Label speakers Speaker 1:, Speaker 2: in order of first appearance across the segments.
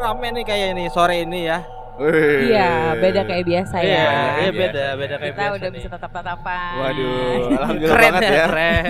Speaker 1: rame nih kayak ini sore ini ya.
Speaker 2: Wih.
Speaker 3: Iya, beda kayak biasa ya.
Speaker 1: Iya, iya
Speaker 2: Kayak
Speaker 1: beda,
Speaker 2: biasa.
Speaker 1: beda kayak
Speaker 3: Kita
Speaker 1: biasa
Speaker 3: udah
Speaker 1: nih.
Speaker 3: bisa tatap-tatapan.
Speaker 2: Waduh, alhamdulillah
Speaker 1: Keren
Speaker 2: banget
Speaker 1: ya,
Speaker 2: ya.
Speaker 1: keren.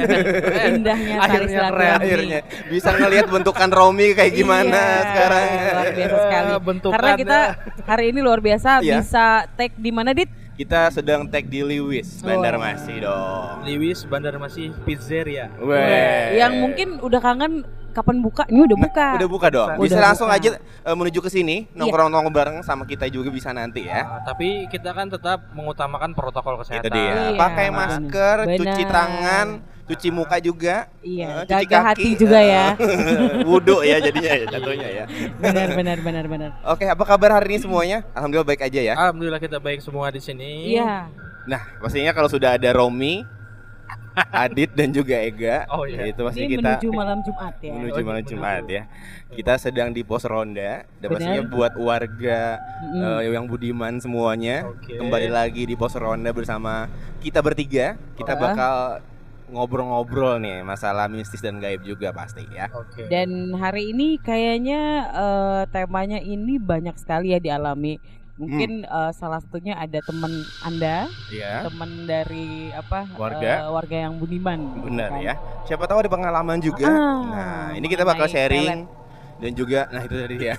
Speaker 1: keren.
Speaker 3: Indahnya tali
Speaker 1: Akhirnya keren.
Speaker 3: silaturahmi.
Speaker 2: Akhirnya bisa ngelihat bentukan Romi kayak gimana
Speaker 3: Iya,
Speaker 2: sekarang.
Speaker 3: Luar biasa sekali.
Speaker 1: Bentukannya.
Speaker 3: Karena kita hari ini luar biasa
Speaker 2: Iya.
Speaker 3: bisa take di mana dit?
Speaker 2: Kita sedang tag di Lewis Bandar
Speaker 3: Wah.
Speaker 2: Masih dong.
Speaker 1: Liwis Bandar Masih Pizzeria.
Speaker 2: Weh.
Speaker 3: Yang mungkin udah kangen kapan buka? Ini udah
Speaker 2: Nah,
Speaker 3: buka.
Speaker 2: udah buka dong.
Speaker 3: Udah
Speaker 2: Bisa langsung
Speaker 3: buka.
Speaker 2: aja
Speaker 3: Iya.
Speaker 2: eh, menuju ke sini nongkrong-nongkrong bareng sama kita juga bisa nanti ya.
Speaker 1: Nah, tapi kita kan tetap mengutamakan protokol
Speaker 2: Itu
Speaker 1: kesehatan.
Speaker 2: dia.
Speaker 3: Iya.
Speaker 2: Pakai masker,
Speaker 3: Benar.
Speaker 2: cuci tangan, cuci muka juga.
Speaker 3: Iya,
Speaker 2: eh, cuci
Speaker 3: jaga
Speaker 2: kaki.
Speaker 3: hati juga ya.
Speaker 2: Wudhu ya jadinya ya jatuhnya ya.
Speaker 3: benar benar benar benar.
Speaker 2: Oke, apa kabar hari ini semuanya? Alhamdulillah baik aja ya.
Speaker 1: Alhamdulillah kita baik semua di sini.
Speaker 3: Iya.
Speaker 2: Nah, pastinya kalau sudah ada Romi, Adit dan juga Ega,
Speaker 1: Oh, iya.
Speaker 2: itu pasti
Speaker 3: Ini
Speaker 2: kita
Speaker 3: menuju malam Jumat ya.
Speaker 2: menuju
Speaker 1: Oh,
Speaker 2: malam
Speaker 1: menuju.
Speaker 2: Jumat ya. Kita sedang di pos ronda dan
Speaker 3: Benar. Hmm.
Speaker 2: pastinya buat warga
Speaker 3: Mm-mm.
Speaker 2: eh, yang budiman semuanya
Speaker 1: Oke.
Speaker 2: kembali lagi di pos ronda bersama kita bertiga. Kita
Speaker 3: Ah.
Speaker 2: bakal ngobrol-ngobrol nih masalah mistis dan gaib juga pasti ya.
Speaker 1: Oke.
Speaker 3: Dan hari ini kayaknya eh, temanya ini banyak sekali ya dialami.
Speaker 2: Hmm.
Speaker 3: Mungkin eh, salah satunya ada teman Anda,
Speaker 2: Iya.
Speaker 3: teman dari apa
Speaker 2: Warga.
Speaker 3: eh, warga yang budiman. gitu
Speaker 2: Benar
Speaker 3: kan.
Speaker 2: ya. Siapa tahu ada pengalaman juga.
Speaker 3: Ah,
Speaker 2: nah, ini kita bakal
Speaker 3: mengenai
Speaker 2: sharing dan juga nah itu tadi ya.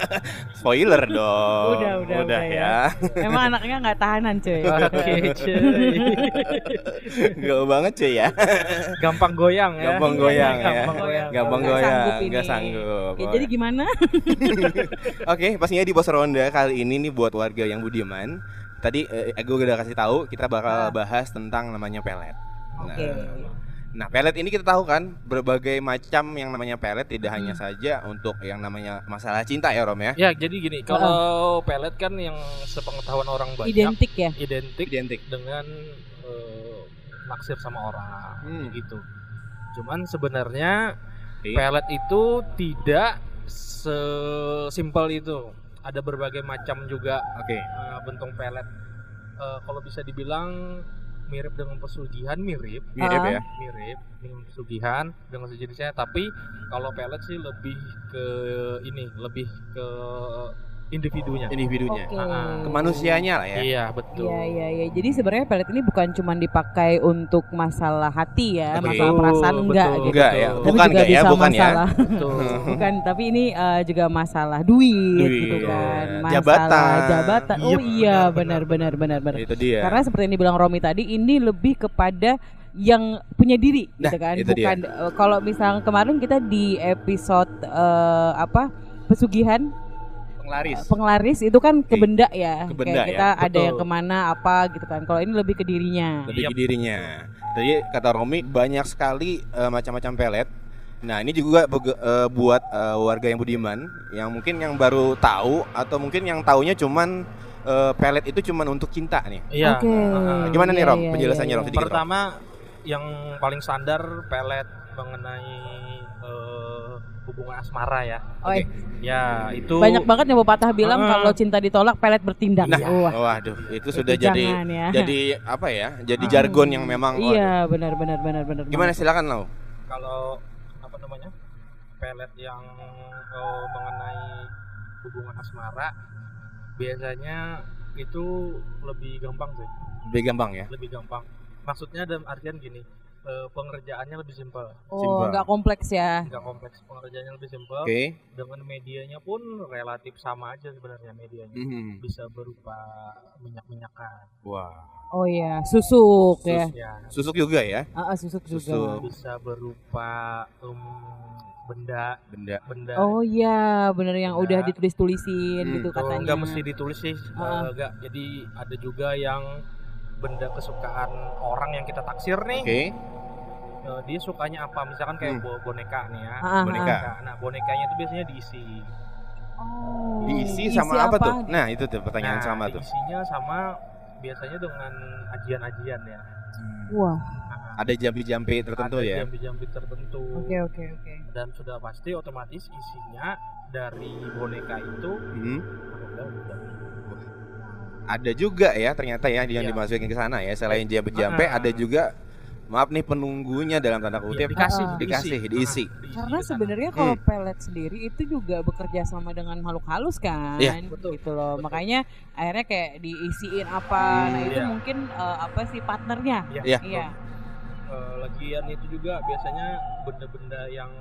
Speaker 2: Spoiler dong.
Speaker 3: Udah, udah, udah
Speaker 2: ya.
Speaker 3: Emang anaknya nggak tahanan cuy.
Speaker 1: Oke, cuy.
Speaker 2: Gaul banget cuy ya.
Speaker 1: Gampang goyang ya.
Speaker 2: Gampang goyang ya.
Speaker 1: Gampang goyang.
Speaker 2: Gampang
Speaker 3: Nggak
Speaker 2: goyang,
Speaker 3: sanggup
Speaker 2: enggak
Speaker 3: ini.
Speaker 2: ya, sanggup.
Speaker 3: Ya, jadi gimana?
Speaker 2: Oke, pastinya di pos ronda kali ini nih buat warga yang budiman. Tadi eh, gue udah kasih tahu kita bakal bahas tentang namanya pelet. Nah,
Speaker 3: Ah. Oke.
Speaker 2: Nah, pelet ini kita tahu kan berbagai macam yang namanya pelet tidak
Speaker 3: Hmm.
Speaker 2: hanya saja untuk yang namanya masalah cinta ya Rom ya.
Speaker 1: Ya, jadi gini, kalau pelet kan yang sepengetahuan orang banyak
Speaker 3: Identik ya.
Speaker 1: identik
Speaker 2: Identik.
Speaker 1: dengan eh, naksir sama orang
Speaker 2: Hmm.
Speaker 1: gitu. Cuman sebenarnya
Speaker 2: Iya.
Speaker 1: pelet itu tidak sesimpel itu. Ada berbagai macam juga
Speaker 2: Oke.
Speaker 1: eh, bentuk pelet. Eh, kalau bisa dibilang mirip dengan pesugihan mirip,
Speaker 2: Mirip
Speaker 3: Ah.
Speaker 2: ya.
Speaker 1: mirip dengan pesugihan dengan sejenisnya. Tapi kalau pelet sih lebih ke ini, lebih ke individunya.
Speaker 2: Individunya.
Speaker 3: Oke.
Speaker 1: Ah,
Speaker 2: Kemanusiaannya lah ya.
Speaker 1: Iya betul.
Speaker 3: Iya iya iya. Jadi sebenarnya pelet ini bukan cuma dipakai untuk masalah hati ya,
Speaker 2: Oh, Betul,
Speaker 3: masalah perasaan
Speaker 1: betul.
Speaker 3: enggak gitu.
Speaker 2: Enggak ya.
Speaker 1: Tapi
Speaker 2: Bukan
Speaker 3: juga
Speaker 2: enggak ya,
Speaker 3: bisa
Speaker 2: bukan ya.
Speaker 3: masalah,
Speaker 1: Betul.
Speaker 3: Bukan, tapi ini eh, juga masalah duit,
Speaker 2: Duit,
Speaker 3: gitu kan.
Speaker 2: iya.
Speaker 3: Masalah
Speaker 2: Jabatan.
Speaker 3: jabatan. Oh
Speaker 2: Yep.
Speaker 3: iya, benar benar benar benar.
Speaker 2: Itu dia.
Speaker 3: Karena seperti yang dibilang Romi tadi, ini lebih kepada yang punya diri,
Speaker 2: Nah,
Speaker 3: gitu kan.
Speaker 2: itu dia.
Speaker 3: Bukan eh, kalau misal kemarin kita di episode eh, apa? pesugihan
Speaker 2: penglaris.
Speaker 3: penglaris itu kan ke benda ya
Speaker 2: Ke benda ya,
Speaker 3: kayak kita ada
Speaker 1: betul.
Speaker 3: yang kemana apa gitu kan kalau ini lebih ke dirinya
Speaker 2: Lebih ke
Speaker 1: Yap.
Speaker 2: dirinya. Jadi kata Romi banyak sekali eh, macam-macam pelet. Nah, ini juga bege- eh, buat eh, warga yang budiman yang mungkin yang baru tahu atau mungkin yang taunya cuman eh, pelet itu cuman untuk cinta nih.
Speaker 1: Iya.
Speaker 3: Oke.
Speaker 1: Heeh.
Speaker 2: Gimana nih
Speaker 3: Iya,
Speaker 2: Rom
Speaker 3: iya,
Speaker 2: penjelasannya
Speaker 3: iya,
Speaker 2: Rom
Speaker 3: iya.
Speaker 2: sedikit? Rom?
Speaker 1: Pertama yang paling standar pelet mengenai eh, hubungan asmara ya.
Speaker 3: oh, eh,
Speaker 1: Ya, itu
Speaker 3: banyak banget yang pepatah bilang
Speaker 1: Ah.
Speaker 3: kalau cinta ditolak pelet bertindak
Speaker 2: Nah,
Speaker 3: Wah,
Speaker 2: waduh, itu sudah
Speaker 3: itu
Speaker 2: jadi
Speaker 3: jangan ya. Ah.
Speaker 2: jadi apa ya? Jadi jargon yang memang waduh.
Speaker 3: iya benar benar benar benar
Speaker 2: Gimana silakan lo?
Speaker 1: kalau apa namanya? pelet yang eh, mengenai hubungan asmara biasanya itu lebih gampang sih,
Speaker 2: Lebih gampang ya.
Speaker 1: lebih gampang. Maksudnya dalam artian gini, eh, pengerjaannya lebih simpel,
Speaker 3: oh
Speaker 2: Simpel.
Speaker 3: nggak kompleks ya
Speaker 1: nggak kompleks, pengerjaannya lebih simpel.
Speaker 2: Oke.
Speaker 1: Dengan medianya pun relatif sama aja sebenarnya medianya.
Speaker 2: Mhm.
Speaker 1: bisa berupa minyak-minyakan.
Speaker 2: Wah,
Speaker 3: oh iya susuk ya
Speaker 1: Terus ya,
Speaker 2: susuk juga ya
Speaker 3: Ah, ah, susuk juga
Speaker 2: Susuk.
Speaker 1: bisa berupa em, benda
Speaker 2: benda.
Speaker 1: benda.
Speaker 3: oh iya benar yang
Speaker 1: Nah.
Speaker 3: udah ditulis tulisin
Speaker 2: Hmm.
Speaker 3: gitu
Speaker 1: Kalau
Speaker 3: katanya
Speaker 1: nggak mesti ditulis sih, eh,
Speaker 3: Ah.
Speaker 1: nggak. Jadi ada juga yang benda kesukaan orang yang kita taksir
Speaker 2: Oke. Hmm.
Speaker 1: nih. eh, dia sukanya apa? Misalkan kayak bo- boneka nih ya.
Speaker 3: Ah, ah, ah.
Speaker 2: Boneka.
Speaker 1: Nah, bonekanya itu biasanya diisi.
Speaker 3: Oh,
Speaker 2: Diisi sama apa, tuh? Nah, itu tuh pertanyaan
Speaker 1: nah,
Speaker 2: sama tuh.
Speaker 1: Diisinya sama biasanya dengan ajian-ajian ya.
Speaker 3: wah
Speaker 2: Ada jampi-jampi tertentu
Speaker 1: ada
Speaker 2: ya.
Speaker 1: jambi-jambi tertentu.
Speaker 3: oke oke oke
Speaker 1: dan sudah pasti otomatis isinya dari boneka itu
Speaker 2: Mhm.
Speaker 1: udah udah
Speaker 2: Ada juga ya ternyata ya yang
Speaker 1: Iya.
Speaker 2: dimasukin ke sana ya. Selain jampi-jampi
Speaker 1: Ah. Iya,
Speaker 2: ada juga maaf nih penunggunya dalam tanda kutip
Speaker 1: dikasih,
Speaker 3: Ah.
Speaker 2: dikasih, diisi.
Speaker 1: Ah, diisi
Speaker 3: Karena
Speaker 1: di sana.
Speaker 3: sebenarnya kalau pelet sendiri itu juga bekerja sama dengan makhluk halus kan,
Speaker 2: Iya.
Speaker 1: Betul.
Speaker 3: gitu loh.
Speaker 1: Betul.
Speaker 3: Makanya akhirnya kayak diisiin apa, nah itu
Speaker 1: Iya.
Speaker 3: mungkin eh, apa sih partnernya?
Speaker 2: Iya.
Speaker 3: Iya.
Speaker 1: Eh, lagian itu juga biasanya benda-benda yang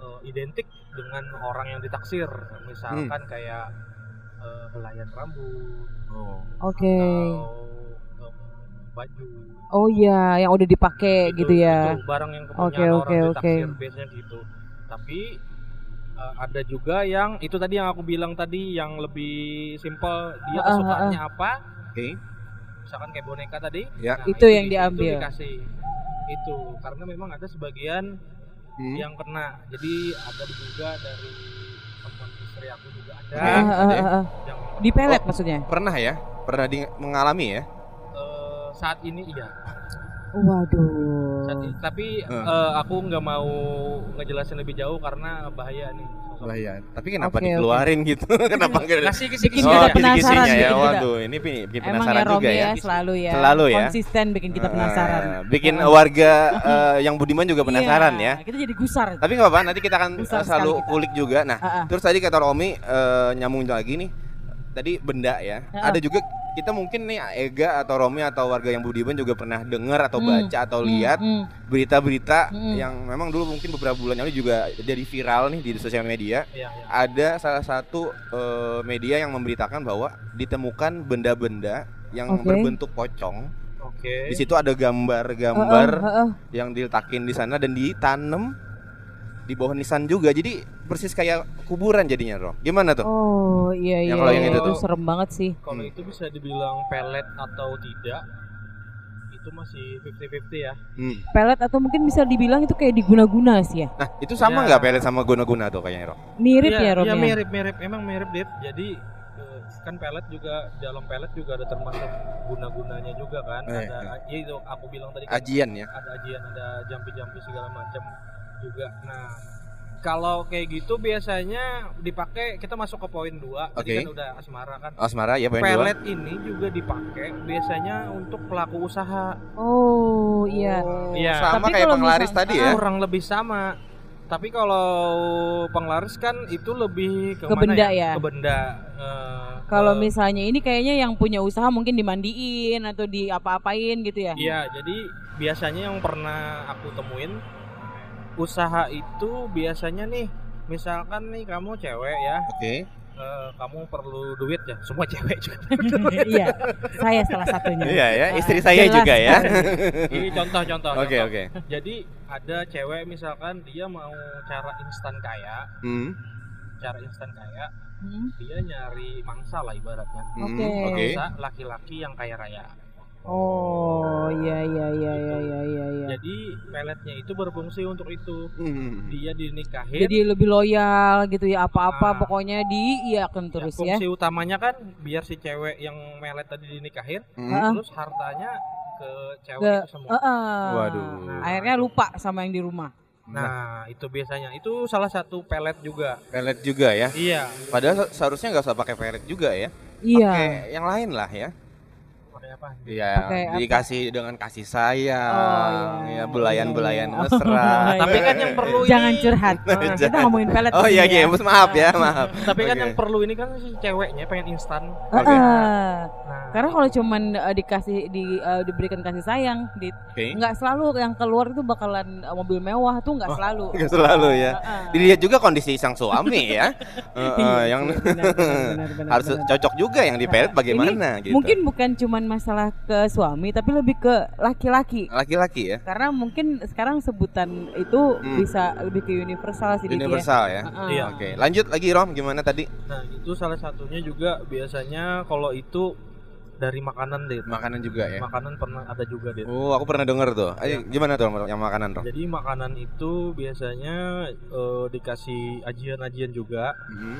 Speaker 1: eh, identik dengan orang yang ditaksir misalkan
Speaker 2: Hmm.
Speaker 1: kayak eh, helaian rambut
Speaker 2: Oh.
Speaker 3: Oke.
Speaker 1: atau em, baju
Speaker 3: Oh iya, yang udah dipakai
Speaker 1: Itu-
Speaker 3: gitu ya.
Speaker 1: itu barang yang kepunyaan
Speaker 3: Oke,
Speaker 1: orang
Speaker 3: oke,
Speaker 1: ditaksir biasanya gitu tapi eh, ada juga yang itu tadi yang aku bilang tadi yang lebih simpel dia
Speaker 3: Ah, ah,
Speaker 1: kesukaannya apa
Speaker 2: Oke.
Speaker 1: misalkan kayak boneka tadi
Speaker 2: Ya.
Speaker 1: nah,
Speaker 3: Itu yang
Speaker 1: di-
Speaker 3: diambil.
Speaker 1: itu dikasih itu karena memang ada sebagian
Speaker 2: Hmm.
Speaker 1: yang kena jadi ada juga dari teman istri aku juga ada
Speaker 2: Oke.
Speaker 3: Ah, ah,
Speaker 2: ada.
Speaker 3: ah, ah.
Speaker 1: yang
Speaker 3: Di pelet maksudnya.
Speaker 2: Pernah ya? Pernah di- mengalami ya?
Speaker 1: eh, saat ini iya
Speaker 3: Waduh.
Speaker 1: saat ini- tapi
Speaker 2: Hmm.
Speaker 1: eh, aku nggak mau ngejelasin lebih jauh karena bahaya nih
Speaker 2: Lah ya. Tapi kenapa
Speaker 3: Oke,
Speaker 2: dikeluarin gitu? kenapa enggak ada-
Speaker 1: kasih Iya, kisi
Speaker 3: Bikin kita
Speaker 2: kisi-kisinya
Speaker 3: penasaran
Speaker 2: ya.
Speaker 3: gitu,
Speaker 2: Waduh, ini bikin bikin
Speaker 3: Emang
Speaker 2: penasaran
Speaker 3: ya Romi
Speaker 2: juga
Speaker 3: ya,
Speaker 2: ya.
Speaker 3: selalu ya.
Speaker 2: Selalu ya.
Speaker 3: Konsisten bikin kita penasaran.
Speaker 2: Eh, bikin
Speaker 3: Heeh.
Speaker 2: warga eh, yang budiman juga penasaran
Speaker 3: Iya,
Speaker 2: ya.
Speaker 3: Kita jadi gusar.
Speaker 2: Tapi nggak apa-apa, nanti kita akan
Speaker 3: Besar
Speaker 2: eh, selalu
Speaker 3: sekali kita.
Speaker 2: kulik juga. Nah,
Speaker 3: Ah, ah.
Speaker 2: terus tadi kata Romi eh, nyambung lagi nih. Tadi benda ya.
Speaker 3: Ah.
Speaker 2: Ada juga kita mungkin nih Ega atau Romi atau warga yang budiman juga pernah dengar atau
Speaker 3: Hmm,
Speaker 2: baca atau
Speaker 3: Hmm,
Speaker 2: lihat
Speaker 3: hmm.
Speaker 2: berita-berita
Speaker 3: Hmm.
Speaker 2: yang memang dulu mungkin beberapa bulan yang lalu juga jadi viral nih di sosial media.
Speaker 1: Iya, iya.
Speaker 2: Ada salah satu eh, media yang memberitakan bahwa ditemukan benda-benda yang
Speaker 3: Oke.
Speaker 2: berbentuk pocong.
Speaker 1: oke
Speaker 2: Di situ ada gambar-gambar
Speaker 3: Heeh, heeh.
Speaker 2: yang diletakin di sana dan ditanem di bawah nisan juga. Jadi persis kayak kuburan jadinya, Roh. Gimana tuh?
Speaker 3: Oh iya
Speaker 2: Yang
Speaker 3: iya.
Speaker 2: Ya, kalau yang
Speaker 3: iya,
Speaker 2: itu tuh.
Speaker 3: serem banget sih.
Speaker 1: kalau
Speaker 2: Hmm.
Speaker 1: itu bisa dibilang pelet atau tidak itu masih 50-50 ya
Speaker 2: Hmm.
Speaker 3: Pelet atau mungkin bisa dibilang itu kayak diguna-guna sih ya.
Speaker 2: Nah, itu
Speaker 1: Ya.
Speaker 2: sama nggak pelet sama guna-guna tuh kayaknya, Roh?
Speaker 3: Mirip
Speaker 1: Iya,
Speaker 3: ya, Romi.
Speaker 1: iya
Speaker 3: ya?
Speaker 1: mirip mirip emang mirip dit jadi eh, kan pelet juga dalam pelet juga ada termasuk guna gunanya juga kan
Speaker 2: Eh,
Speaker 1: ada ya itu aku bilang tadi kan,
Speaker 2: Ajian ya.
Speaker 1: ada ajian ada jampi jampi segala macam juga nah kalau kayak gitu biasanya dipakai kita masuk ke poin dua
Speaker 2: Oke.
Speaker 1: tadi kan udah asmara kan
Speaker 2: Asmara ya poin dua.
Speaker 1: pelet ini juga dipakai biasanya untuk pelaku usaha
Speaker 3: Oh iya.
Speaker 2: Oh,
Speaker 1: Iya.
Speaker 2: Sama
Speaker 3: Tapi
Speaker 2: kayak
Speaker 3: kalau
Speaker 2: penglaris
Speaker 3: misal-
Speaker 2: tadi ya.
Speaker 1: kurang lebih sama tapi kalau penglaris kan itu lebih ke,
Speaker 3: Ke
Speaker 1: mana
Speaker 3: benda ya?
Speaker 1: ke benda Eh,
Speaker 3: Kalau
Speaker 1: eh,
Speaker 3: misalnya ini kayaknya yang punya usaha mungkin dimandiin atau di apa-apain gitu ya.
Speaker 1: Iya, jadi biasanya yang pernah aku temuin usaha itu biasanya nih, misalkan nih kamu cewek ya,
Speaker 2: Oke.
Speaker 1: eh, kamu perlu duit ya, semua cewek juga.
Speaker 3: Iya. Saya salah satunya.
Speaker 2: Iya ya,
Speaker 3: Ah,
Speaker 2: istri saya
Speaker 3: jelas
Speaker 2: juga ya.
Speaker 3: sekali.
Speaker 1: Ini contoh-contoh.
Speaker 2: Oke,
Speaker 1: contoh.
Speaker 2: oke.
Speaker 1: Jadi ada cewek misalkan dia mau cara instan kaya,
Speaker 2: Hmm,
Speaker 1: cara instan kaya,
Speaker 3: Hmm,
Speaker 1: dia nyari mangsa lah ibaratnya.
Speaker 2: hmm,
Speaker 3: Oke.
Speaker 2: Oke.
Speaker 1: Mangsa laki-laki yang kaya raya.
Speaker 3: Oh iya iya iya iya iya iya. iya.
Speaker 1: Jadi peletnya itu berfungsi untuk itu.
Speaker 2: Hmm.
Speaker 1: Dia dinikahin. ya,
Speaker 3: Jadi lebih loyal gitu ya apa-apa
Speaker 1: Ah.
Speaker 3: pokoknya di iya kan
Speaker 1: Ya,
Speaker 3: terus ya.
Speaker 1: fungsi utamanya kan biar si cewek yang melet tadi dinikahin
Speaker 2: Hmm.
Speaker 3: Ah.
Speaker 1: terus hartanya ke cewek
Speaker 3: Ke- ah.
Speaker 1: itu semua.
Speaker 3: Heeh.
Speaker 2: Waduh.
Speaker 3: Akhirnya lupa sama yang di rumah.
Speaker 1: Nah, itu biasanya. Itu salah satu pelet juga.
Speaker 2: Pelet juga ya.
Speaker 1: Iya,
Speaker 2: Padahal se- seharusnya nggak usah pakai pelet juga ya. Pakai
Speaker 3: Iya.
Speaker 2: yang lain lah ya.
Speaker 1: pakai apa?
Speaker 2: Iya,
Speaker 3: Pakai apa?
Speaker 2: dikasih dengan kasih sayang,
Speaker 3: Oh, iya.
Speaker 2: ya belayan-belayan
Speaker 3: Iya.
Speaker 2: mesra.
Speaker 1: Tapi kan yang perlu ini
Speaker 3: Jangan curhat. Kita ngomongin pelet.
Speaker 2: Oh iya, iya,
Speaker 3: iya.
Speaker 2: Mas, maaf ya, maaf.
Speaker 1: Tapi kan
Speaker 2: Oke.
Speaker 1: yang perlu ini kan si ceweknya pengen instan.
Speaker 2: Oke.
Speaker 3: Heeh.
Speaker 1: Nah,
Speaker 3: Ah, Karena kalau cuman eh, dikasih di eh, diberikan kasih sayang, di,
Speaker 2: Oke.
Speaker 3: nggak selalu yang keluar itu bakalan eh, mobil mewah tuh nggak selalu.
Speaker 2: Nggak selalu ya.
Speaker 3: Heeh.
Speaker 2: Dilihat juga kondisi sang suami ya. Eh, eh,
Speaker 3: Iya,
Speaker 2: yang
Speaker 3: benar, benar, benar, benar,
Speaker 2: harus
Speaker 3: benar.
Speaker 2: cocok gitu. juga yang di pelet bagaimana gitu.
Speaker 3: Mungkin bukan cuman masalah ke suami tapi lebih ke laki-laki.
Speaker 2: laki-laki ya.
Speaker 3: Karena mungkin sekarang sebutan itu
Speaker 2: Hmm.
Speaker 3: bisa lebih ke universal sih Dit, ya.
Speaker 2: Universal ya.
Speaker 3: Heeh.
Speaker 1: Iya.
Speaker 2: Oke, lanjut lagi Rom gimana tadi?
Speaker 1: nah, itu salah satunya juga biasanya kalau itu dari makanan deh.
Speaker 2: Makanan juga ya. Iya.
Speaker 1: Makanan pernah ada juga deh.
Speaker 2: Oh, aku pernah dengar tuh. Ayo, gimana tuh Rom, yang makanan Rom?
Speaker 1: Jadi makanan itu biasanya eh, dikasih ajian-ajian juga.
Speaker 2: Mhm,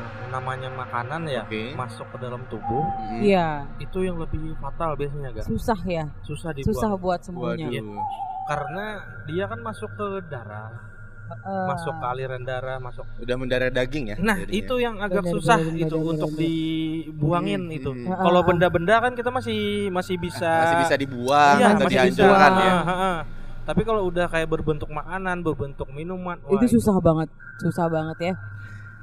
Speaker 1: Nah, namanya makanan ya
Speaker 2: Oke.
Speaker 1: masuk ke dalam tubuh
Speaker 2: Mhm.
Speaker 3: Iya,
Speaker 1: itu yang lebih fatal biasanya gak
Speaker 3: susah ya.
Speaker 1: susah dibuang
Speaker 2: Mm-hmm.
Speaker 3: Susah buat semuanya.
Speaker 2: Waduh.
Speaker 1: karena dia kan masuk ke darah
Speaker 3: eh,
Speaker 1: masuk ke aliran darah, masuk.
Speaker 2: Udah mendarah daging ya.
Speaker 1: Nah,
Speaker 2: jadinya.
Speaker 1: itu yang agak
Speaker 3: Benar,
Speaker 1: susah
Speaker 3: benar,
Speaker 1: itu
Speaker 3: benar,
Speaker 1: untuk
Speaker 3: benar. Ah.
Speaker 1: dibuangin
Speaker 2: Hmm,
Speaker 1: itu.
Speaker 2: hmm.
Speaker 1: Kalau benda-benda kan kita masih masih bisa
Speaker 2: masih bisa dibuang
Speaker 1: Iya,
Speaker 2: atau
Speaker 1: masih
Speaker 2: dihancurkan
Speaker 1: bisa.
Speaker 2: ya.
Speaker 1: Ha, ha. Tapi kalau udah kayak berbentuk makanan, berbentuk minuman, wah,
Speaker 3: itu susah banget susah banget ya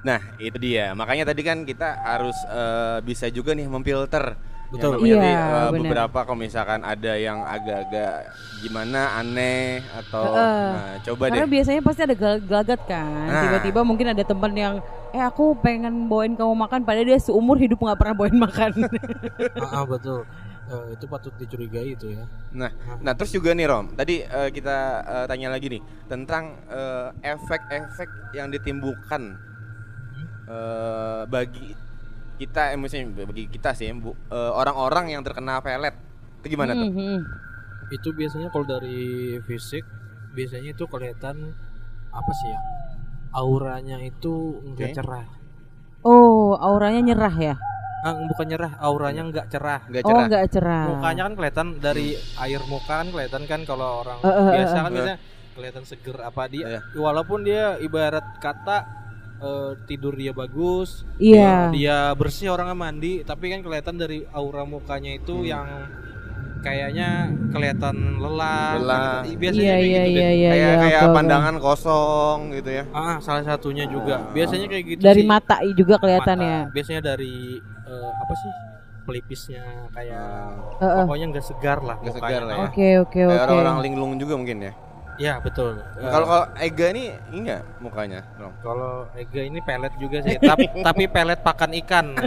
Speaker 2: Nah, itu dia. Makanya tadi kan kita harus eh, bisa juga nih memfilter.
Speaker 1: Betul.
Speaker 2: Yang namanya
Speaker 3: Iya,
Speaker 2: tadi, eh,
Speaker 3: benar.
Speaker 2: beberapa kalau misalkan ada yang agak-agak gimana aneh atau
Speaker 3: Heeh.
Speaker 2: nah, coba
Speaker 3: karena
Speaker 2: deh.
Speaker 3: biasanya pasti ada gal- gelagat kan
Speaker 2: Nah.
Speaker 3: tiba-tiba mungkin ada teman yang eh aku pengen bawain kamu makan padahal dia seumur hidup nggak pernah bawain makan
Speaker 1: Ah, ah, betul. Eh, itu patut dicurigai itu ya.
Speaker 2: Nah, nah terus juga nih Rom, tadi eh, kita eh, tanya lagi nih tentang eh, efek-efek yang ditimbulkan eh, bagi kita, eh, maksudnya bagi kita sih, bu- eh, orang-orang yang terkena pelet. Itu gimana tuh?
Speaker 3: Hmm, hmm.
Speaker 1: Itu biasanya kalau dari fisik biasanya itu kelihatan apa sih ya? Auranya itu enggak
Speaker 2: Oke.
Speaker 1: cerah.
Speaker 3: oh auranya nyerah ya
Speaker 1: Ah, bukan nyerah, auranya enggak cerah.
Speaker 2: Gak
Speaker 3: oh
Speaker 2: cerah.
Speaker 3: nggak cerah
Speaker 1: Mukanya kan kelihatan dari air muka kan kelihatan kan kalau orang
Speaker 3: Eh, eh, eh,
Speaker 1: biasa kan
Speaker 2: eh.
Speaker 1: biasanya kelihatan seger apa dia.
Speaker 2: Iya.
Speaker 1: Walaupun dia ibarat kata eh, tidur dia bagus,
Speaker 3: iya
Speaker 1: dia bersih orangnya mandi tapi kan kelihatan dari aura mukanya itu
Speaker 3: Hmm.
Speaker 1: yang kayaknya kelihatan lelah,
Speaker 2: Lelah.
Speaker 1: gitu. biasanya
Speaker 3: iya
Speaker 1: kayak
Speaker 3: iya
Speaker 1: gitu
Speaker 3: iya
Speaker 1: deh.
Speaker 3: iya
Speaker 2: kayak
Speaker 3: iya,
Speaker 2: kayak
Speaker 3: oke, oke.
Speaker 2: pandangan kosong gitu ya.
Speaker 1: ah salah satunya juga biasanya kayak gitu
Speaker 3: dari
Speaker 1: sih.
Speaker 3: mata juga kelihatan
Speaker 1: Mata.
Speaker 3: ya
Speaker 1: biasanya dari eh, apa sih pelipisnya kayak
Speaker 3: Heeh.
Speaker 1: pokoknya nggak segar lah
Speaker 2: Nggak
Speaker 1: mukanya.
Speaker 2: segar lah ya.
Speaker 1: Ah,
Speaker 3: oke Iya, oke
Speaker 2: Kayak
Speaker 3: oke
Speaker 2: orang-orang linglung juga mungkin ya.
Speaker 1: ya betul Eh,
Speaker 2: Kalau kalau Ega ini ini nggak mukanya, Rom?
Speaker 1: kalau Ega ini pelet juga sih tapi tapi pelet pakan ikan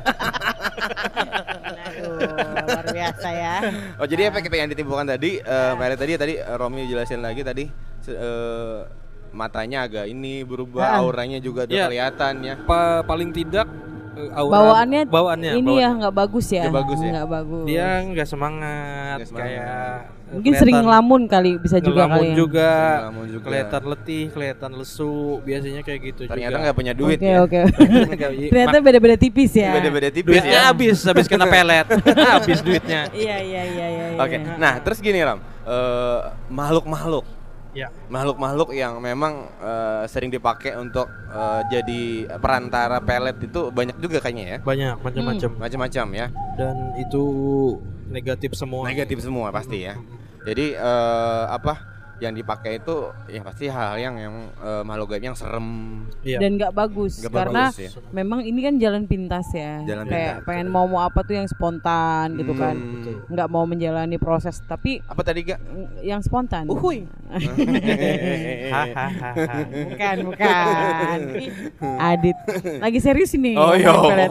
Speaker 3: Aduh, luar biasa ya
Speaker 2: Oh jadi efek efek yang ditimbulkan tadi, eh Mary tadi tadi eh, Romi jelasin lagi tadi se- eh, matanya agak ini berubah,
Speaker 3: Ah.
Speaker 2: auranya juga udah
Speaker 1: Iya.
Speaker 2: kelihatan ya.
Speaker 1: Pa- paling tidak eh, aura
Speaker 3: bawaannya
Speaker 1: bawaannya
Speaker 3: ini
Speaker 1: bawaannya.
Speaker 3: ya nggak bagus ya
Speaker 2: Nggak bagus ya?
Speaker 3: nggak bagus
Speaker 1: dia nggak semangat,
Speaker 2: Nggak semangat.
Speaker 1: kayak
Speaker 3: mungkin sering
Speaker 1: kelihatan
Speaker 3: ngelamun kali bisa juga
Speaker 1: ngelamun
Speaker 3: kali ya.
Speaker 1: juga,
Speaker 2: Ngelamun juga.
Speaker 1: kelihatan letih kelihatan lesu biasanya kayak gitu
Speaker 2: Ternyata
Speaker 1: juga
Speaker 2: nggak punya duit
Speaker 3: oke
Speaker 2: ya.
Speaker 3: oke
Speaker 1: Nggak- i-
Speaker 3: ternyata
Speaker 1: mak-
Speaker 3: beda-beda tipis ya
Speaker 2: Beda-beda tipis
Speaker 1: duitnya
Speaker 2: ya.
Speaker 1: habis habis kena pelet habis duitnya
Speaker 3: iya iya iya iya iya.
Speaker 2: Oke. Nah, terus gini Ram, Eh, makhluk-makhluk
Speaker 1: ya
Speaker 2: makhluk-makhluk yang memang eh, sering dipakai untuk eh, jadi perantara pelet itu banyak juga kayaknya ya
Speaker 1: banyak macam-macam
Speaker 2: macam-macam ya
Speaker 1: dan itu negatif semua
Speaker 2: negatif semua pasti ya jadi eh, apa yang dipakai itu ya pasti hal yang yang eh, makhluk gaib yang serem
Speaker 1: Iya.
Speaker 3: dan nggak bagus
Speaker 2: Nggak
Speaker 3: karena
Speaker 2: bagus ya.
Speaker 3: memang ini kan jalan pintas ya
Speaker 2: Jalan pintas.
Speaker 3: kayak pengen mau mau apa tuh yang spontan gitu kan
Speaker 2: Hmm.
Speaker 3: nggak mau menjalani proses tapi
Speaker 2: apa tadi gak
Speaker 3: mm, yang spontan
Speaker 2: uhui Eh.
Speaker 1: Hahaha.
Speaker 3: bukan bukan Ih, Adit lagi serius nih
Speaker 2: Oh iya,
Speaker 3: Pelet.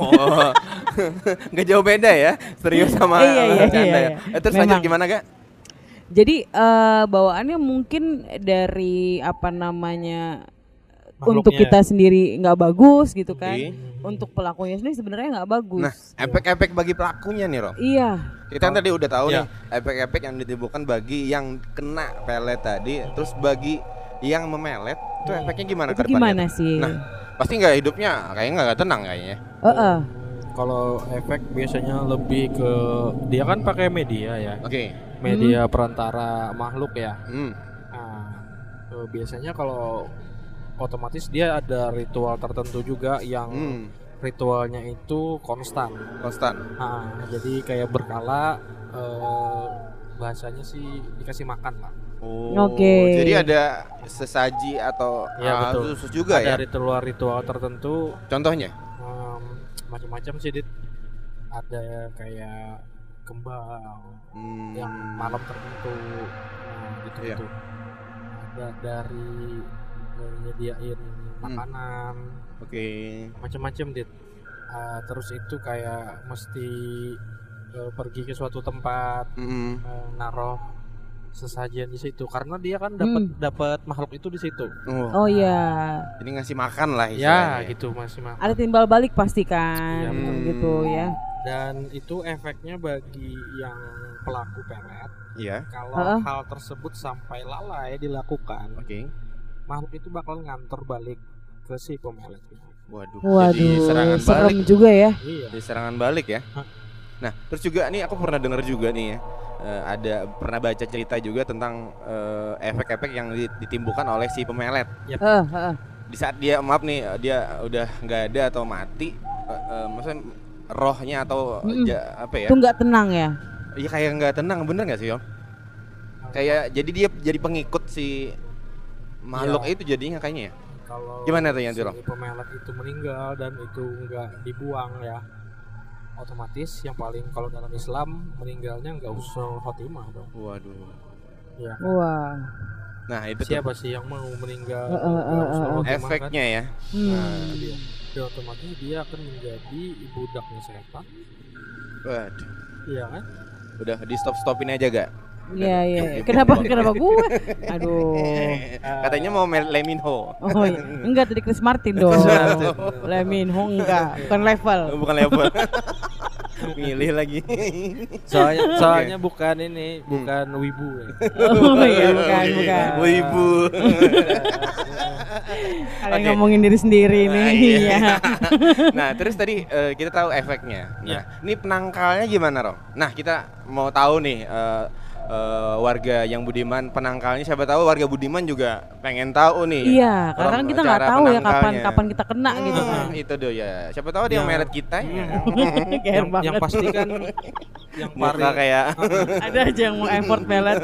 Speaker 2: nggak jauh beda ya, serius sama
Speaker 3: Iya, iya, iya,
Speaker 2: bercanda ya.
Speaker 3: iya.
Speaker 2: Eh, Terus lanjut
Speaker 3: Memang.
Speaker 2: gimana gak?
Speaker 3: Jadi eh, bawaannya mungkin dari apa namanya untuk
Speaker 1: Makhluknya.
Speaker 3: kita sendiri nggak bagus gitu kan.
Speaker 2: Oke.
Speaker 3: Untuk pelakunya sendiri sebenarnya nggak bagus.
Speaker 2: Nah, efek-efek bagi pelakunya nih Rom.
Speaker 3: Iya.
Speaker 2: Kita kan tadi udah tahu
Speaker 1: Iya.
Speaker 2: nih efek-efek yang ditimbulkan bagi yang kena pelet tadi, terus bagi yang memelet itu efeknya gimana
Speaker 3: Itu
Speaker 2: ke depannya?
Speaker 3: gimana sih?
Speaker 2: Nah, pasti nggak hidupnya kayaknya nggak tenang kayaknya.
Speaker 3: Heeh.
Speaker 1: kalau efek biasanya lebih ke dia kan pakai media ya
Speaker 2: Oke.
Speaker 1: media
Speaker 3: Hmm.
Speaker 1: perantara makhluk ya
Speaker 2: Hmm.
Speaker 1: Nah, eh, biasanya kalau otomatis dia ada ritual tertentu juga yang
Speaker 2: Hmm.
Speaker 1: ritualnya itu konstan.
Speaker 2: Konstan.
Speaker 1: Nah, jadi kayak berkala eh, bahasanya sih dikasih makan lah.
Speaker 2: Oh.
Speaker 3: Oke.
Speaker 2: Jadi ada sesaji atau
Speaker 1: Iya,
Speaker 2: hal
Speaker 1: betul.
Speaker 2: khusus juga ya.
Speaker 1: Ada ritual-ritual tertentu
Speaker 2: Contohnya?
Speaker 1: em, macam-macam sih Dit. Ada kayak kembang
Speaker 2: Hmm.
Speaker 1: yang Iya, malam tertentu gitu gitu.
Speaker 2: Iya.
Speaker 1: Ada dari menyediain
Speaker 2: Hmm.
Speaker 1: makanan.
Speaker 2: Oke.
Speaker 1: macam-macam dit Ah, terus itu kayak mesti eh, pergi ke suatu tempat
Speaker 2: Mm-mm.
Speaker 1: eh, naruh sesajen di situ karena dia kan dapat
Speaker 3: Hmm.
Speaker 1: dapat makhluk itu di situ
Speaker 2: Oh,
Speaker 3: Oh iya.
Speaker 2: Jadi ngasih makan lah
Speaker 1: ya
Speaker 2: istilahnya.
Speaker 1: gitu masih mak
Speaker 3: Ada timbal balik pasti
Speaker 1: Iya,
Speaker 3: kan.
Speaker 1: betul.
Speaker 3: gitu ya.
Speaker 1: dan itu efeknya bagi yang pelaku pelet
Speaker 2: Iya.
Speaker 1: kalau
Speaker 3: Heeh.
Speaker 1: hal tersebut sampai lalai dilakukan
Speaker 2: Oke.
Speaker 1: makhluk itu bakal nganter balik ke si pemelet
Speaker 2: Waduh. Jadi
Speaker 3: Waduh.
Speaker 2: serangan balik.
Speaker 3: serem juga ya.
Speaker 1: iya
Speaker 2: Jadi serangan balik ya.
Speaker 1: Hah.
Speaker 2: Nah, terus juga nih aku pernah dengar juga nih ya. eh, ada pernah baca cerita juga tentang eh, efek-efek yang di- ditimbulkan oleh si pemelet.
Speaker 3: Heeh, heeh.
Speaker 2: Di saat dia maaf nih eh, dia udah nggak ada atau mati, eh, eh, maksudnya rohnya atau eh,
Speaker 3: Mm-mm.
Speaker 2: ja- apa ya?
Speaker 3: Itu nggak tenang ya?
Speaker 2: Iya kayak nggak tenang bener nggak sih Om? Kayak jadi dia jadi pengikut si makhluk
Speaker 1: Iya.
Speaker 2: itu jadinya kayaknya ya.
Speaker 1: kalau
Speaker 2: Gimana tuh yang
Speaker 1: si
Speaker 2: Tiro?
Speaker 1: pemelet itu meninggal dan itu nggak dibuang ya otomatis yang paling kalau dalam Islam meninggalnya nggak usul khotimah dong
Speaker 2: Waduh.
Speaker 1: ya
Speaker 3: Wah.
Speaker 2: Nah itu tuh
Speaker 1: siapa sih yang mau meninggal
Speaker 3: Eh, eh,
Speaker 1: nggak
Speaker 3: eh,
Speaker 1: husnul
Speaker 3: eh.
Speaker 1: khotimah, kan?
Speaker 2: efeknya ya.
Speaker 3: Hmm.
Speaker 1: Itu dia. Ya, otomatis dia akan menjadi budaknya setan
Speaker 2: Waduh.
Speaker 1: iya kan
Speaker 2: Udah di stop stopin aja gak?
Speaker 3: Iya, iya.
Speaker 2: Ibu-
Speaker 3: Kenapa
Speaker 2: ibu-
Speaker 3: kenapa gue? Aduh. Eh,
Speaker 2: Katanya mau mel- Leminho.
Speaker 3: Oh, iya. enggak tadi Chris Martin dong. Lemin Hong oh, enggak, bukan level.
Speaker 2: Bukan level. Milih lagi.
Speaker 1: soalnya soalnya bukan
Speaker 2: Hmm.
Speaker 1: ini bukan wibu ya.
Speaker 3: Oh, iya, bukan, bukan.
Speaker 2: Bu ibu.
Speaker 3: Ada yang
Speaker 2: Oke.
Speaker 3: ngomongin diri sendiri nih.
Speaker 2: Nah,
Speaker 3: Iya.
Speaker 2: nah terus tadi eh, kita tahu efeknya. Nah
Speaker 1: Iya.
Speaker 2: ini penangkalnya gimana Rom? Nah kita mau tahu nih eh, eh, warga yang Budiman penangkalnya siapa tahu warga Budiman juga pengen tahu nih.
Speaker 3: Iya, karena kan
Speaker 2: Rom,
Speaker 3: kita nggak
Speaker 2: cara
Speaker 3: tahu ya kapan
Speaker 2: penangkalnya.
Speaker 3: kapan kita kena gitu
Speaker 2: Hmm,
Speaker 3: kan.
Speaker 2: itu do ya. Siapa tahu dia
Speaker 1: Ya.
Speaker 2: meret kita ya.
Speaker 3: Geher
Speaker 1: yang, yang
Speaker 3: Iya, banget.
Speaker 1: pasti kan yang
Speaker 2: Muka
Speaker 1: paling
Speaker 2: kayak
Speaker 3: Ada aja yang mau effort melet.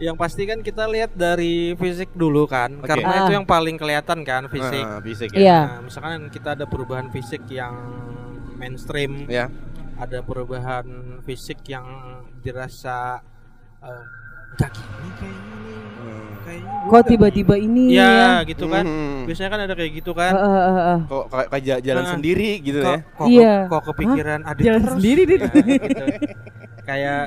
Speaker 1: yang pasti kan kita lihat dari fisik dulu kan
Speaker 2: Oke.
Speaker 1: karena
Speaker 3: Ah.
Speaker 1: itu yang paling kelihatan kan fisik
Speaker 2: Ah, fisik ya.
Speaker 3: Iya.
Speaker 1: Nah, misalkan kita ada perubahan fisik yang mainstream
Speaker 3: Iya.
Speaker 2: Ya.
Speaker 1: ada perubahan fisik yang dirasa eh, kaki ini kayaknya nih kayaknya
Speaker 3: Kok
Speaker 1: budak
Speaker 3: tiba-tiba
Speaker 1: nih.
Speaker 3: ini
Speaker 1: ya
Speaker 3: ya?
Speaker 1: gitu Hmm. kan
Speaker 2: Hmm.
Speaker 1: biasanya kan ada kayak gitu
Speaker 3: Eh,
Speaker 1: kan
Speaker 3: eh, eh, eh.
Speaker 2: Kok kayak kayak ja- jalan
Speaker 1: Ah.
Speaker 2: sendiri gitu
Speaker 1: kok
Speaker 2: ya.
Speaker 1: kok,
Speaker 3: Iya.
Speaker 1: kok kepikiran adit
Speaker 3: Jalan
Speaker 1: terus
Speaker 3: sendiri
Speaker 1: Ya,
Speaker 3: dia.
Speaker 1: gitu. kayak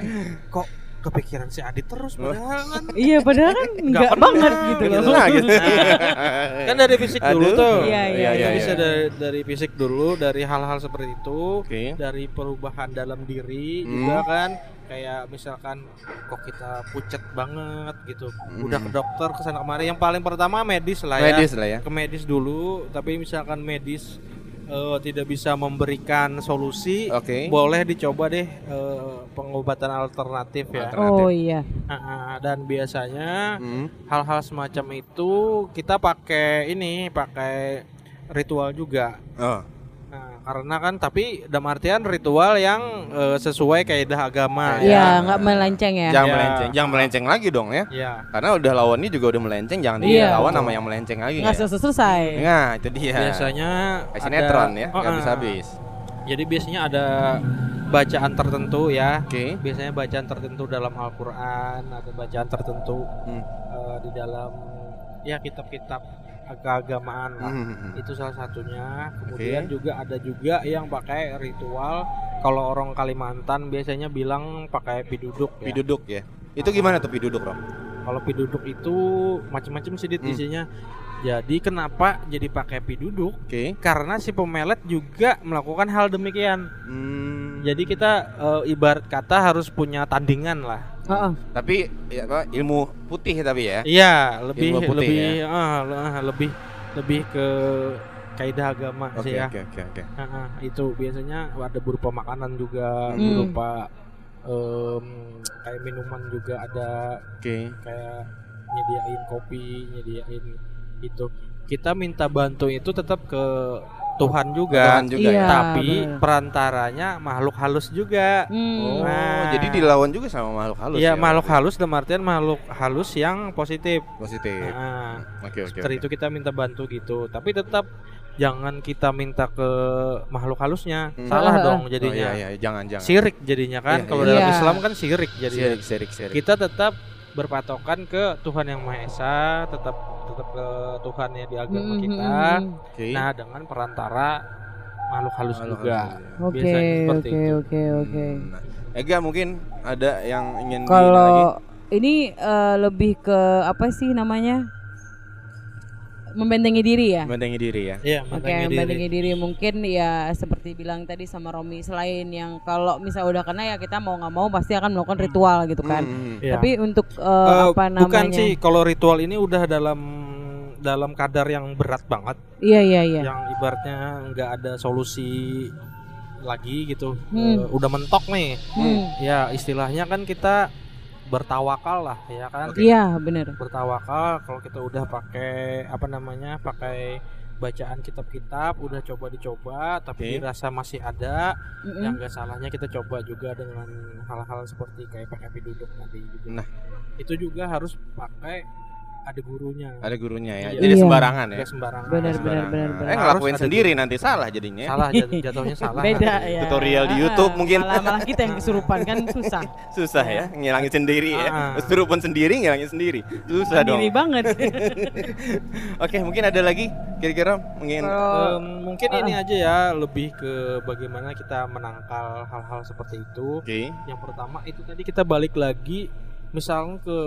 Speaker 1: kok kepikiran si adit terus padahal kan
Speaker 3: Iya, padahal kan enggak
Speaker 1: pernah,
Speaker 3: banget gitu
Speaker 2: Gitu
Speaker 3: loh.
Speaker 2: lah gitu.
Speaker 1: kan dari fisik dulu
Speaker 2: Aduh.
Speaker 1: tuh
Speaker 3: Iya,
Speaker 1: Itu
Speaker 3: iya, iya,
Speaker 1: bisa
Speaker 2: iya.
Speaker 1: dari dari fisik dulu dari hal-hal seperti itu
Speaker 2: Oke.
Speaker 1: dari perubahan dalam diri
Speaker 2: Hmm.
Speaker 1: juga kan kayak misalkan kok kita pucet banget gitu udah ke dokter kesana kemari yang paling pertama medis lah ya
Speaker 2: Hmm. Medis lah ya.
Speaker 1: ke medis dulu tapi misalkan medis eh, tidak bisa memberikan solusi
Speaker 2: Oke.
Speaker 1: boleh dicoba deh eh, pengobatan alternatif ya
Speaker 2: Alternatif.
Speaker 3: Oh iya.
Speaker 1: Ah, ah, dan biasanya
Speaker 2: Hmm.
Speaker 1: hal-hal semacam itu kita pakai ini pakai ritual juga
Speaker 2: Oh.
Speaker 1: Nah, karena kan tapi dalam artian ritual yang eh, sesuai kaidah agama
Speaker 2: Iya.
Speaker 3: Iya, enggak melenceng ya.
Speaker 2: Jangan
Speaker 1: Ya.
Speaker 2: melenceng, jangan melenceng lagi dong ya.
Speaker 1: ya. Ya.
Speaker 2: Karena udah lawannya juga udah melenceng, jangan
Speaker 3: Iya.
Speaker 2: dilawan sama yang melenceng lagi.
Speaker 3: Enggak
Speaker 2: ya.
Speaker 3: selesai.
Speaker 2: Nah, itu dia.
Speaker 1: Biasanya
Speaker 2: Kayak
Speaker 1: ada-
Speaker 2: sinetron ya,
Speaker 1: Oh,
Speaker 2: nggak
Speaker 1: ah.
Speaker 2: bisa habis.
Speaker 1: Jadi biasanya ada bacaan tertentu ya.
Speaker 2: Oke.
Speaker 1: Biasanya bacaan tertentu dalam Al-Qur'an, ada bacaan tertentu
Speaker 2: Hmm.
Speaker 1: eh, di dalam ya kitab-kitab keagamaan lah.
Speaker 2: Hmm.
Speaker 1: itu salah satunya kemudian juga ada juga yang pakai ritual kalau orang Kalimantan biasanya bilang pakai piduduk ya.
Speaker 2: Piduduk ya. Itu gimana tuh piduduk, Rom?
Speaker 1: kalau piduduk itu macam-macam sih Dit,
Speaker 2: Hmm.
Speaker 1: isinya jadi kenapa jadi pakai piduduk
Speaker 2: Oke.
Speaker 1: karena si pemelet juga melakukan hal demikian
Speaker 2: Hmm.
Speaker 1: jadi kita eh, ibarat kata harus punya tandingan lah
Speaker 3: Heeh.
Speaker 2: Tapi ya, apa, ilmu putih tapi ya.
Speaker 1: iya lebih
Speaker 2: Ilmu putih ya.
Speaker 1: lebih ah, le- ah, lebih lebih ke kaidah agama sih ya
Speaker 2: oke, oke, oke.
Speaker 1: Ah, ah, itu biasanya ada berupa makanan juga
Speaker 2: Hmm.
Speaker 1: berupa em, kayak minuman juga ada
Speaker 2: Oke.
Speaker 1: kayak nyediain kopi nyediain itu kita minta bantu itu tetap ke Tuhan juga,
Speaker 2: Tuhan juga
Speaker 3: Iya.
Speaker 2: ya.
Speaker 1: tapi
Speaker 3: bener.
Speaker 1: perantaranya makhluk halus juga
Speaker 3: Hmm.
Speaker 2: Oh,
Speaker 1: Nah.
Speaker 2: jadi dilawan juga sama makhluk halus ya.
Speaker 1: Iya makhluk halus dalam artian makhluk halus yang positif
Speaker 2: positif.
Speaker 1: nah,
Speaker 2: Oke, oke.
Speaker 1: seperti
Speaker 2: oke.
Speaker 1: itu kita minta bantu gitu tapi tetap jangan kita minta ke makhluk halusnya
Speaker 2: Hmm.
Speaker 1: salah
Speaker 3: Ah, ah,
Speaker 1: dong
Speaker 2: Oh,
Speaker 1: jadinya
Speaker 2: iya, iya, jangan, jangan.
Speaker 1: sirik jadinya kan
Speaker 2: Iya,
Speaker 1: kalau
Speaker 2: iya.
Speaker 1: dalam
Speaker 3: Iya.
Speaker 1: Islam kan sirik jadinya
Speaker 2: Sirik, sirik, sirik.
Speaker 1: kita tetap berpatokan ke Tuhan yang Maha Esa tetap tetap ke Tuhan yang di agama
Speaker 3: Hmm,
Speaker 1: kita
Speaker 3: hmm,
Speaker 2: Oke.
Speaker 1: nah dengan perantara makhluk halus
Speaker 2: Makhluk
Speaker 1: juga
Speaker 2: halus, iya.
Speaker 3: hmm. Oke,
Speaker 1: Biasanya seperti
Speaker 3: oke,
Speaker 1: itu.
Speaker 3: oke, oke.
Speaker 2: Hmm, nah. Ega mungkin ada yang ingin di- lagi?
Speaker 3: Kalau ini eh, lebih ke apa sih namanya? Membentengi diri ya.
Speaker 2: membentengi diri ya.
Speaker 1: Iya,
Speaker 3: Oke,
Speaker 1: mengenai diri.
Speaker 3: membentengi diri mungkin ya seperti bilang tadi sama Romi selain yang kalau misal udah kena ya kita mau nggak mau pasti akan melakukan ritual gitu kan.
Speaker 2: Hmm,
Speaker 1: Iya.
Speaker 3: Tapi untuk eh,
Speaker 1: Eh,
Speaker 3: apa namanya?
Speaker 1: bukan sih kalau ritual ini udah dalam dalam kadar yang berat banget
Speaker 2: Ya,
Speaker 3: Iya, iya, iya.
Speaker 1: yang ibaratnya nggak ada solusi lagi gitu eh,
Speaker 3: Hmm.
Speaker 1: udah mentok nih
Speaker 3: Hmm.
Speaker 1: ya istilahnya kan kita bertawakal lah ya kan
Speaker 2: Oke.
Speaker 3: Iya bener
Speaker 1: bertawakal kalau kita udah pakai apa namanya pakai bacaan kitab-kitab udah coba dicoba
Speaker 2: Oke.
Speaker 1: tapi dirasa masih ada
Speaker 3: Mm-mm.
Speaker 1: yang
Speaker 2: Ya,
Speaker 1: gak salahnya kita coba juga dengan hal-hal seperti kayak pakai api duduk tadi gitu.
Speaker 2: Nah.
Speaker 1: itu juga harus pakai ada gurunya
Speaker 2: Ada gurunya ya.
Speaker 1: Iya.
Speaker 2: Jadi
Speaker 3: Iya.
Speaker 2: sembarangan ya.
Speaker 1: nggak sembarangan
Speaker 3: Benar,
Speaker 1: Nggak
Speaker 3: benar,
Speaker 2: Sembarangan.
Speaker 3: benar, benar.
Speaker 2: Eh ngelakuin sendiri nanti salah jadinya. ya.
Speaker 1: salah jat- jatuhnya salah
Speaker 3: Beda
Speaker 1: nanti.
Speaker 3: ya.
Speaker 2: Tutorial di
Speaker 3: Ah,
Speaker 2: YouTube mungkin.
Speaker 3: Malah, malah kita yang kesurupan kan susah.
Speaker 2: Susah ya, ngilangin sendiri
Speaker 1: Ah.
Speaker 2: ya. Terus pun sendiri ngilangin sendiri. Susah dong.
Speaker 3: Sendiri banget.
Speaker 2: Oke, mungkin ada lagi kira-kira mungkin
Speaker 1: Em,
Speaker 3: Oh.
Speaker 1: Eh, mungkin ini aja ya lebih ke bagaimana kita menangkal hal-hal seperti itu
Speaker 2: Oke.
Speaker 1: yang pertama itu tadi kita balik lagi misalnya ke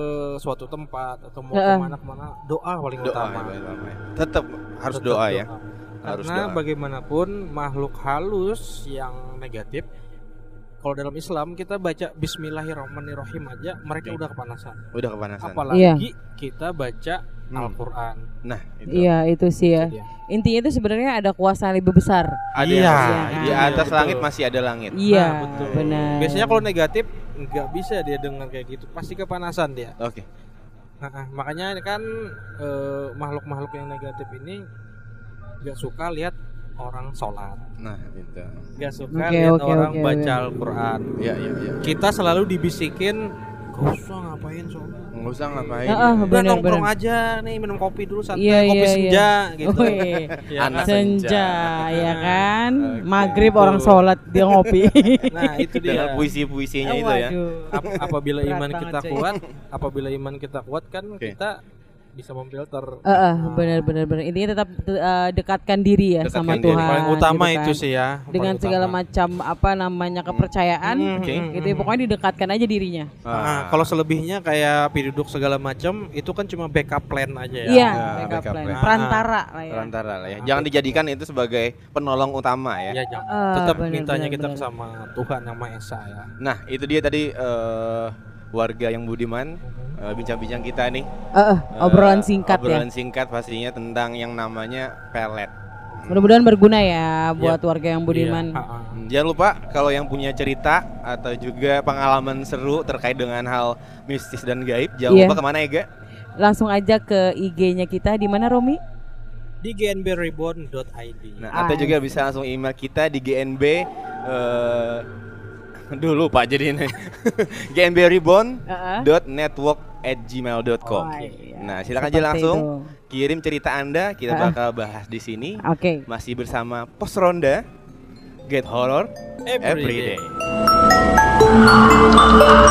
Speaker 1: suatu tempat atau mau
Speaker 3: Heeh.
Speaker 1: kemana-kemana doa paling
Speaker 2: Doa
Speaker 1: utama
Speaker 2: ya, Bang. tetap harus
Speaker 1: Tetap
Speaker 2: doa ya. Harus
Speaker 1: karena
Speaker 2: doa.
Speaker 1: bagaimanapun makhluk halus yang negatif kalau dalam Islam kita baca Bismillahirrahmanirrahim aja mereka
Speaker 2: Oke.
Speaker 1: udah kepanasan
Speaker 2: Udah kepanasan.
Speaker 1: apalagi
Speaker 3: Iya.
Speaker 1: kita baca
Speaker 2: Hmm.
Speaker 1: Al-Quran
Speaker 2: Nah, itu.
Speaker 3: Iya itu sih ya.
Speaker 1: Itu dia.
Speaker 3: Intinya itu sebenarnya ada kuasa yang lebih besar.
Speaker 2: Ada
Speaker 1: Iya,
Speaker 2: yang- di
Speaker 3: iya,
Speaker 2: atas
Speaker 1: betul.
Speaker 2: langit masih ada langit.
Speaker 3: Iya
Speaker 1: Nah, betul.
Speaker 3: benar.
Speaker 1: biasanya kalau negatif nggak bisa dia dengar kayak gitu pasti kepanasan dia
Speaker 2: Oke.
Speaker 1: Nah, ah, makanya kan eh, makhluk-makhluk yang negatif ini nggak suka lihat orang sholat,
Speaker 2: Nah, itu.
Speaker 1: nggak suka
Speaker 3: Oke,
Speaker 1: lihat
Speaker 3: oke,
Speaker 1: orang
Speaker 3: oke,
Speaker 1: baca
Speaker 3: oke.
Speaker 1: Al-Quran.
Speaker 2: Iya, iya, iya.
Speaker 1: Kita selalu dibisikin, gak usah ngapain sholat.
Speaker 2: Enggak usah ngapain.
Speaker 3: Ah, ah,
Speaker 1: Udah
Speaker 3: Bener,
Speaker 1: nongkrong
Speaker 3: bener.
Speaker 1: aja nih minum kopi dulu santai
Speaker 3: Iya,
Speaker 1: kopi
Speaker 3: iya, iya.
Speaker 1: senja gitu.
Speaker 3: Wih,
Speaker 1: Ya kan?
Speaker 2: Anak
Speaker 3: senja
Speaker 2: senja.
Speaker 3: ya kan.
Speaker 2: Oke.
Speaker 3: Maghrib
Speaker 1: Betul.
Speaker 3: orang sholat dia ngopi.
Speaker 1: Nah itu dia.
Speaker 2: Dengan puisi-puisinya itu ya.
Speaker 3: Iya. Waduh.
Speaker 1: Ap- apabila
Speaker 3: Berat
Speaker 1: iman
Speaker 3: banget,
Speaker 1: kita
Speaker 3: cuy.
Speaker 1: kuat, apabila iman kita kuat kan
Speaker 2: Oke.
Speaker 1: kita bisa memfilter.
Speaker 3: Eh, eh,
Speaker 1: Nah,
Speaker 3: benar benar benar. Intinya tetap eh, dekatkan diri ya
Speaker 2: Dekatkan
Speaker 3: sama
Speaker 2: diri.
Speaker 3: Tuhan.
Speaker 1: Paling utama
Speaker 3: gitu kan.
Speaker 1: itu sih ya. paling
Speaker 3: Dengan segala
Speaker 1: utama. Hmm.
Speaker 3: macam apa namanya kepercayaan
Speaker 2: Oke.
Speaker 3: gitu ya. Pokoknya didekatkan aja dirinya.
Speaker 1: Nah,
Speaker 2: Ah,
Speaker 1: kalau selebihnya kayak api duduk segala macam itu kan cuma backup plan aja ya.
Speaker 3: Iya,
Speaker 2: Ya,
Speaker 3: backup
Speaker 2: backup
Speaker 3: plan.
Speaker 2: plan.
Speaker 3: Perantara lah ya.
Speaker 2: perantara lah ya. Jangan dijadikan itu sebagai penolong utama ya.
Speaker 1: Ya, jangan.
Speaker 3: Ah,
Speaker 1: Tetap
Speaker 3: benar,
Speaker 1: mintanya
Speaker 3: benar,
Speaker 1: kita
Speaker 3: benar.
Speaker 1: sama Tuhan yang Maha Esa ya.
Speaker 2: Nah, itu dia tadi eh, warga yang budiman eh, bincang-bincang kita nih.
Speaker 3: Eh, eh,
Speaker 2: Eh,
Speaker 3: obrolan singkat ya.
Speaker 2: Obrolan singkat pastinya tentang yang namanya pelet.
Speaker 3: Mudah-mudahan berguna ya buat warga yang budiman.
Speaker 1: Iya, ah, ah.
Speaker 2: Hmm, Jangan lupa kalau yang punya cerita atau juga pengalaman seru terkait dengan hal mistis dan gaib, jangan
Speaker 3: Iya.
Speaker 2: lupa kemana ya, Ga?
Speaker 3: Langsung aja ke IG-nya kita di mana Romi?
Speaker 1: Di gnbreborn.id.
Speaker 3: Ah,
Speaker 2: Nah, atau juga
Speaker 3: iya.
Speaker 2: bisa langsung email kita di GNB eh dulu Pak jadi ini. GNB Reborn
Speaker 3: Heeh.
Speaker 2: dot network at gmail.com.
Speaker 3: Oh, iya.
Speaker 2: Nah, silakan aja
Speaker 3: Seperti
Speaker 2: langsung
Speaker 3: itu.
Speaker 2: kirim cerita Anda, kita
Speaker 3: Ah.
Speaker 2: bakal bahas di sini.
Speaker 3: Oke.
Speaker 2: Masih bersama Pos Ronda Get Horror
Speaker 1: Every
Speaker 2: Every
Speaker 1: day.
Speaker 2: Day.